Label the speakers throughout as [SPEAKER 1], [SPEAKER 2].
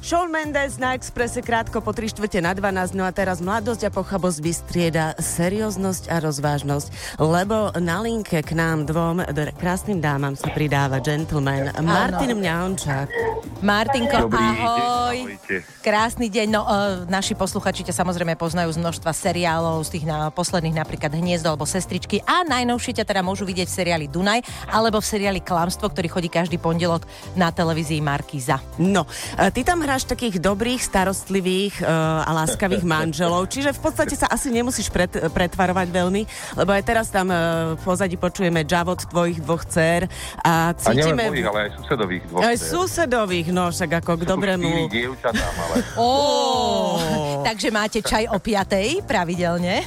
[SPEAKER 1] Shawn Mendes na Expresse krátko po 3 štvrte na 12. No a teraz mladosť a pochabosť vystrieda serióznosť a rozvážnosť, lebo na linke k nám dvom dr- krásnym dámam sa pridáva gentleman Martin Mňaončák.
[SPEAKER 2] Martinko,
[SPEAKER 3] Dobrý deň,
[SPEAKER 2] ahoj.
[SPEAKER 3] ahojte.
[SPEAKER 2] Krásny deň. No, uh, naši posluchači ťa samozrejme poznajú z množstva seriálov, z tých na, posledných napríklad Hniezdo alebo Sestričky a najnovšie ťa teda môžu vidieť v seriáli Dunaj alebo v seriáli Klamstvo, ktorý chodí každý pondelok na televízii Markíza.
[SPEAKER 1] No, e, ty tam hráš takých dobrých, starostlivých e, a láskavých manželov, čiže v podstate sa asi nemusíš pret, pretvarovať veľmi, lebo aj teraz tam e, v pozadí počujeme javot tvojich dvoch dcer a
[SPEAKER 3] A nielen
[SPEAKER 1] cítime...
[SPEAKER 3] mojich, ale aj susedových dvoch.
[SPEAKER 1] Aj susedových, no však ako k
[SPEAKER 2] no.
[SPEAKER 3] Štyri
[SPEAKER 1] dobrému...
[SPEAKER 3] dievčatám, ale
[SPEAKER 2] Oh. Takže máte čaj o piatej pravidelne.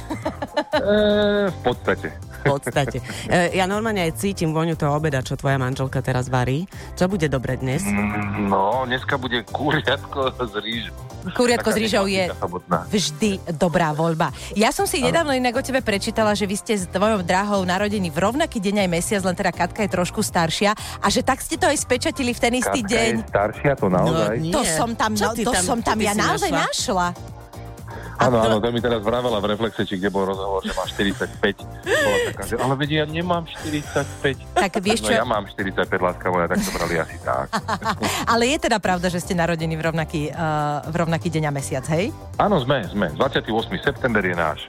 [SPEAKER 3] e, v podstate.
[SPEAKER 1] v podstate. E, Ja normálne aj cítim voňu toho obeda, čo tvoja manželka teraz varí. Čo bude dobre dnes?
[SPEAKER 3] Mm, No, dneska bude kuriatko s rýžou.
[SPEAKER 2] Kuriatko s
[SPEAKER 3] Taká
[SPEAKER 2] rýžou je
[SPEAKER 3] nematika Chobotná.
[SPEAKER 2] vždy dobrá voľba. Ja som si nedávno inak o tebe prečítala, že vy ste s tvojou drahou narodení v rovnaký deň aj mesiac, len teda Katka je trošku staršia a že tak ste to aj spečatili v ten istý
[SPEAKER 3] Katka
[SPEAKER 2] deň.
[SPEAKER 3] je staršia, to naozaj.
[SPEAKER 1] No,
[SPEAKER 2] To
[SPEAKER 1] Nie.
[SPEAKER 2] som tam,
[SPEAKER 1] Čo
[SPEAKER 2] no,
[SPEAKER 1] ty
[SPEAKER 2] to
[SPEAKER 1] tam-
[SPEAKER 2] som
[SPEAKER 1] čo
[SPEAKER 2] tam
[SPEAKER 1] ty
[SPEAKER 2] ja
[SPEAKER 1] si
[SPEAKER 2] naozaj
[SPEAKER 1] našla?
[SPEAKER 2] našla.
[SPEAKER 3] áno,
[SPEAKER 1] to-
[SPEAKER 3] áno, to mi teraz vravela v reflexe, či kde bol rozhovor, že má 45. Bola taká, že, ale vedia, ja nemám 45.
[SPEAKER 2] Tak vieš
[SPEAKER 3] No
[SPEAKER 2] čo,
[SPEAKER 3] ja mám 45, láska moja, tak to brali asi tak.
[SPEAKER 2] ale je teda pravda, že ste narodení v rovnaký, uh, v rovnaký deň a mesiac, hej?
[SPEAKER 3] Áno, sme, sme. 28. september je náš.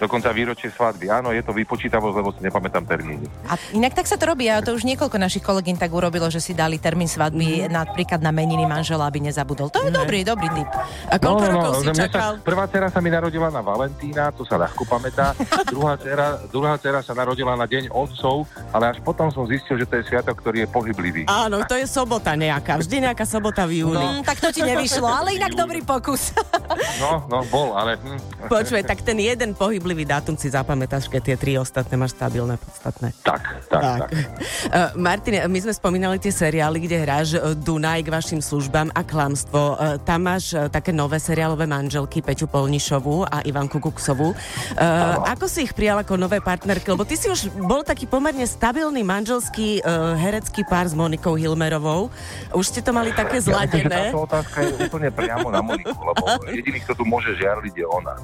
[SPEAKER 3] Dokonca výročie svadby. Áno, je to vypočítavosť, lebo si nepamätám termíny.
[SPEAKER 2] A inak tak sa to robí, a to už niekoľko našich kolegyň tak urobilo, že si dali termín svadby napríklad na meniny manžela, aby nezabudol. To je dobrý, dobrý tip.
[SPEAKER 1] A
[SPEAKER 3] No,
[SPEAKER 1] koľko rokov si
[SPEAKER 3] že mne
[SPEAKER 1] čakal?
[SPEAKER 3] Sa, prvá dcera sa mi narodila na Valentína, to sa ľahko pamätá. druhá, dcera, druhá dcera sa narodila na Deň otcov, ale až potom som zistil, že to je sviatok, ktorý je pohyblivý.
[SPEAKER 1] Áno, to je sobota nejaká. Vždy nejaká sobota v júni.
[SPEAKER 2] Mm, tak to ti nevyšlo, ale inak dobrý pokus.
[SPEAKER 3] No, no, bol, ale... Hm.
[SPEAKER 1] Počuj, tak ten jeden pohyblivý dátum si zapamätáš, keď tie tri ostatné máš stabilné, podstatné.
[SPEAKER 3] Tak, tak, tak. tak.
[SPEAKER 1] Uh, Martin, my sme spomínali tie seriály, kde hráš eh, Dunaj k vašim službám a klamstvo. Uh, tam máš uh, také nové seriálové manželky Peťu Polnišovú a Ivanku Kuksovú. Uh, ako si ich prijal ako nové partnerky? Lebo ty si už bol taký pomerne stabilný manželský uh, herecký pár s Monikou Hilmerovou. Už ste to mali také
[SPEAKER 3] Takže
[SPEAKER 1] zladené.
[SPEAKER 3] táto otázka je úplne priamo na Moniku, lebo jediný, kto tu môže žiarliť, je ona.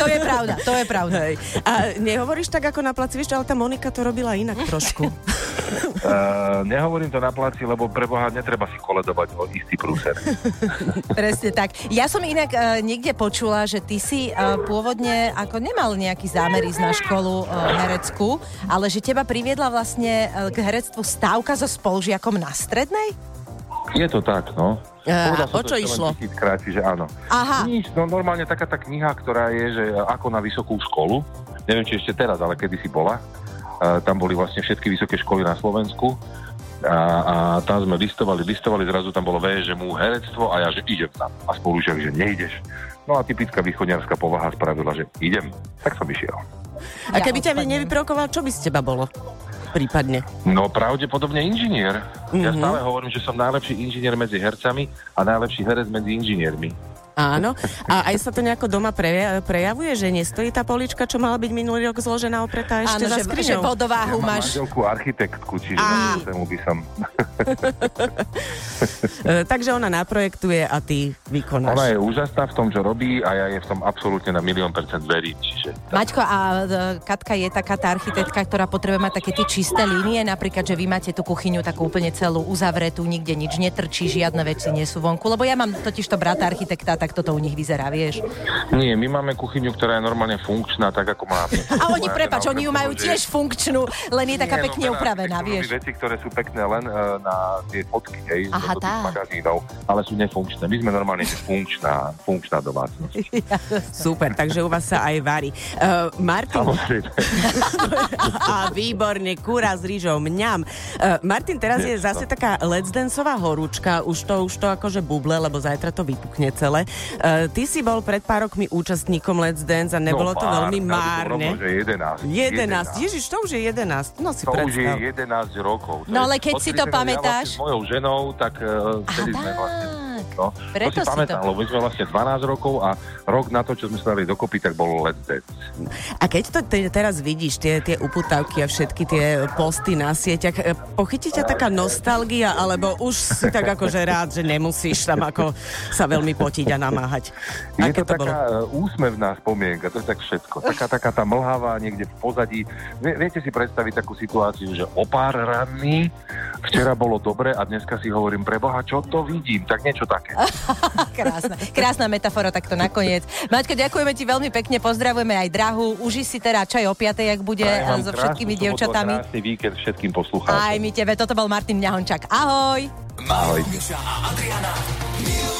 [SPEAKER 2] To je pravda, to je pravda.
[SPEAKER 1] Hej. A nehovoríš tak ako na placi, vieš, ale tá Monika to robila inak trošku.
[SPEAKER 3] Uh, nehovorím to na placi, lebo preboha netreba si koledovať o istý prúser.
[SPEAKER 2] Presne tak. Ja som inak uh, niekde počula, že ty si uh, pôvodne ako nemal nejaký zámer ísť na školu uh, hereckú, ale že teba priviedla vlastne uh, k herectvu stávka so spolužiakom na strednej?
[SPEAKER 3] Je to tak, no.
[SPEAKER 1] Eh,
[SPEAKER 3] Povedal
[SPEAKER 1] a
[SPEAKER 3] som
[SPEAKER 1] o
[SPEAKER 3] to
[SPEAKER 1] čo
[SPEAKER 3] ešte len
[SPEAKER 1] išlo?
[SPEAKER 3] Tisíckrát, čiže áno.
[SPEAKER 2] Aha,
[SPEAKER 3] Nič, no normálne taká tá kniha, ktorá je, že ako na vysokú školu, neviem, či ešte teraz, ale kedy si bola, E, tam boli vlastne všetky vysoké školy na Slovensku a, a tam sme listovali, listovali, zrazu tam bolo V, že mu herectvo a ja, že idem tam. A spolužiak, že nejdeš. No a typická východňarská povaha spravila, že idem. Tak som išiel.
[SPEAKER 1] A
[SPEAKER 2] Ja
[SPEAKER 1] keby ťa
[SPEAKER 2] odpadnem.
[SPEAKER 1] nevyprovokoval, čo by z teba bolo? Prípadne.
[SPEAKER 3] No pravdepodobne inžinier.
[SPEAKER 1] Mhm.
[SPEAKER 3] Ja stále hovorím, že som najlepší inžinier medzi hercami a najlepší herec medzi inžiniermi.
[SPEAKER 1] Áno. A aj sa to nejako doma preja- prejavuje, že nestojí tá polička, čo mala byť minulý rok zložená opretá ešte
[SPEAKER 2] áno,
[SPEAKER 1] za
[SPEAKER 2] že, že
[SPEAKER 1] skriňou.
[SPEAKER 2] vodováhu
[SPEAKER 3] mám
[SPEAKER 2] máš.
[SPEAKER 3] manželku architektku, čiže
[SPEAKER 1] Á.
[SPEAKER 3] tomu by som...
[SPEAKER 1] E, takže ona naprojektuje a ty
[SPEAKER 3] Ona
[SPEAKER 1] vykonáš.
[SPEAKER 3] je úžasná v tom, čo robí a ja je v tom absolútne na milión percent verím, čiže...
[SPEAKER 2] Maťko, a e, Katka je taká tá architektka, ktorá potrebuje mať také tie čisté línie, napríklad, že vy máte tú kuchyňu takú úplne celú uzavretú, nikde nič netrčí, žiadne veci nie sú vonku, lebo ja mám totiž to brata architekta, tak toto u nich vyzerá, vieš.
[SPEAKER 3] Nie, my máme kuchyňu, ktorá je normálne funkčná, tak ako má...
[SPEAKER 2] A oni,
[SPEAKER 3] moja
[SPEAKER 2] prepač,
[SPEAKER 3] žena,
[SPEAKER 2] oni ju
[SPEAKER 3] okrem
[SPEAKER 2] majú
[SPEAKER 3] toho, že-
[SPEAKER 2] tiež funkčnú, len je taká
[SPEAKER 3] no, Nie, no,
[SPEAKER 2] pekne
[SPEAKER 3] veľa
[SPEAKER 2] upravená,
[SPEAKER 3] architektov robí
[SPEAKER 2] vieš.
[SPEAKER 3] veci, ktoré sú pekné len e, na tie fotky, hej, zo
[SPEAKER 2] Aha,
[SPEAKER 3] do tých
[SPEAKER 2] tak.
[SPEAKER 3] magazínov, ale sú nefunkčné. My sme normálne že funkčná, funkčná domácnosť.
[SPEAKER 1] Super, takže u vás sa aj varí. Uh, Martin,
[SPEAKER 3] Samozrejme.
[SPEAKER 1] a výborne, kúra s rýžou, mňam. Uh, Martin, teraz je
[SPEAKER 3] Nie,
[SPEAKER 1] zase
[SPEAKER 3] no.
[SPEAKER 1] taká Let's Danceová horúčka, už to, už to akože buble, lebo zajtra to vypukne celé. Uh, ty si bol pred pár rokmi účastníkom Let's Dance a nebolo to
[SPEAKER 3] No pár,
[SPEAKER 1] veľmi
[SPEAKER 3] ja by som
[SPEAKER 1] márne.
[SPEAKER 3] rovno, že
[SPEAKER 1] 11.
[SPEAKER 3] 11.
[SPEAKER 1] Ježiš, to už je 11. No si
[SPEAKER 3] To už je
[SPEAKER 1] predstav.
[SPEAKER 3] 11 rokov. To
[SPEAKER 2] No
[SPEAKER 3] je-
[SPEAKER 2] ale keď si to
[SPEAKER 3] odkedy som ja
[SPEAKER 2] pamätáš-
[SPEAKER 3] vlastne S mojou ženou, tak uh,
[SPEAKER 2] Aha,
[SPEAKER 3] vtedy sme vlastne
[SPEAKER 2] tak.
[SPEAKER 3] No.
[SPEAKER 2] Preto
[SPEAKER 3] to si,
[SPEAKER 2] si
[SPEAKER 3] pamätám,
[SPEAKER 2] to-
[SPEAKER 3] lebo my sme vlastne 12 rokov a rok na to, čo sme sa dali dokopy, tak bolo Let's Dance.
[SPEAKER 1] A keď to te, teraz vidíš, tie, tie uputavky a všetky tie posty na sieťach, e, pochytí ťa taká nostalgia, alebo už si tak akože rád, že nemusíš tam ako sa veľmi potiť a namáhať?
[SPEAKER 3] Je
[SPEAKER 1] Aké
[SPEAKER 3] to, taká e, úsmevná spomienka, to je tak všetko. Taká, taká tá mlhavá niekde v pozadí. Vie, viete si predstaviť takú situáciu, že o pár ranný, včera bolo dobre a dneska si hovorím, preboha, čo to vidím, tak niečo také.
[SPEAKER 2] Krásna, krásna metafora takto nakoniec. Maťko, ďakujeme ti veľmi pekne, pozdravujeme aj drahu. Uži si teda čaj o 5, ak bude
[SPEAKER 3] Prajem vám
[SPEAKER 2] so
[SPEAKER 3] krásnu
[SPEAKER 2] všetkými
[SPEAKER 3] sobotu a
[SPEAKER 2] dievčatami.
[SPEAKER 3] Krásny víkend všetkým
[SPEAKER 2] Aj
[SPEAKER 3] poslucháčom.
[SPEAKER 2] my tebe, toto bol Martin Ďahončák. Ahoj!
[SPEAKER 3] Ahoj.
[SPEAKER 4] Miša a Adriana. Milujú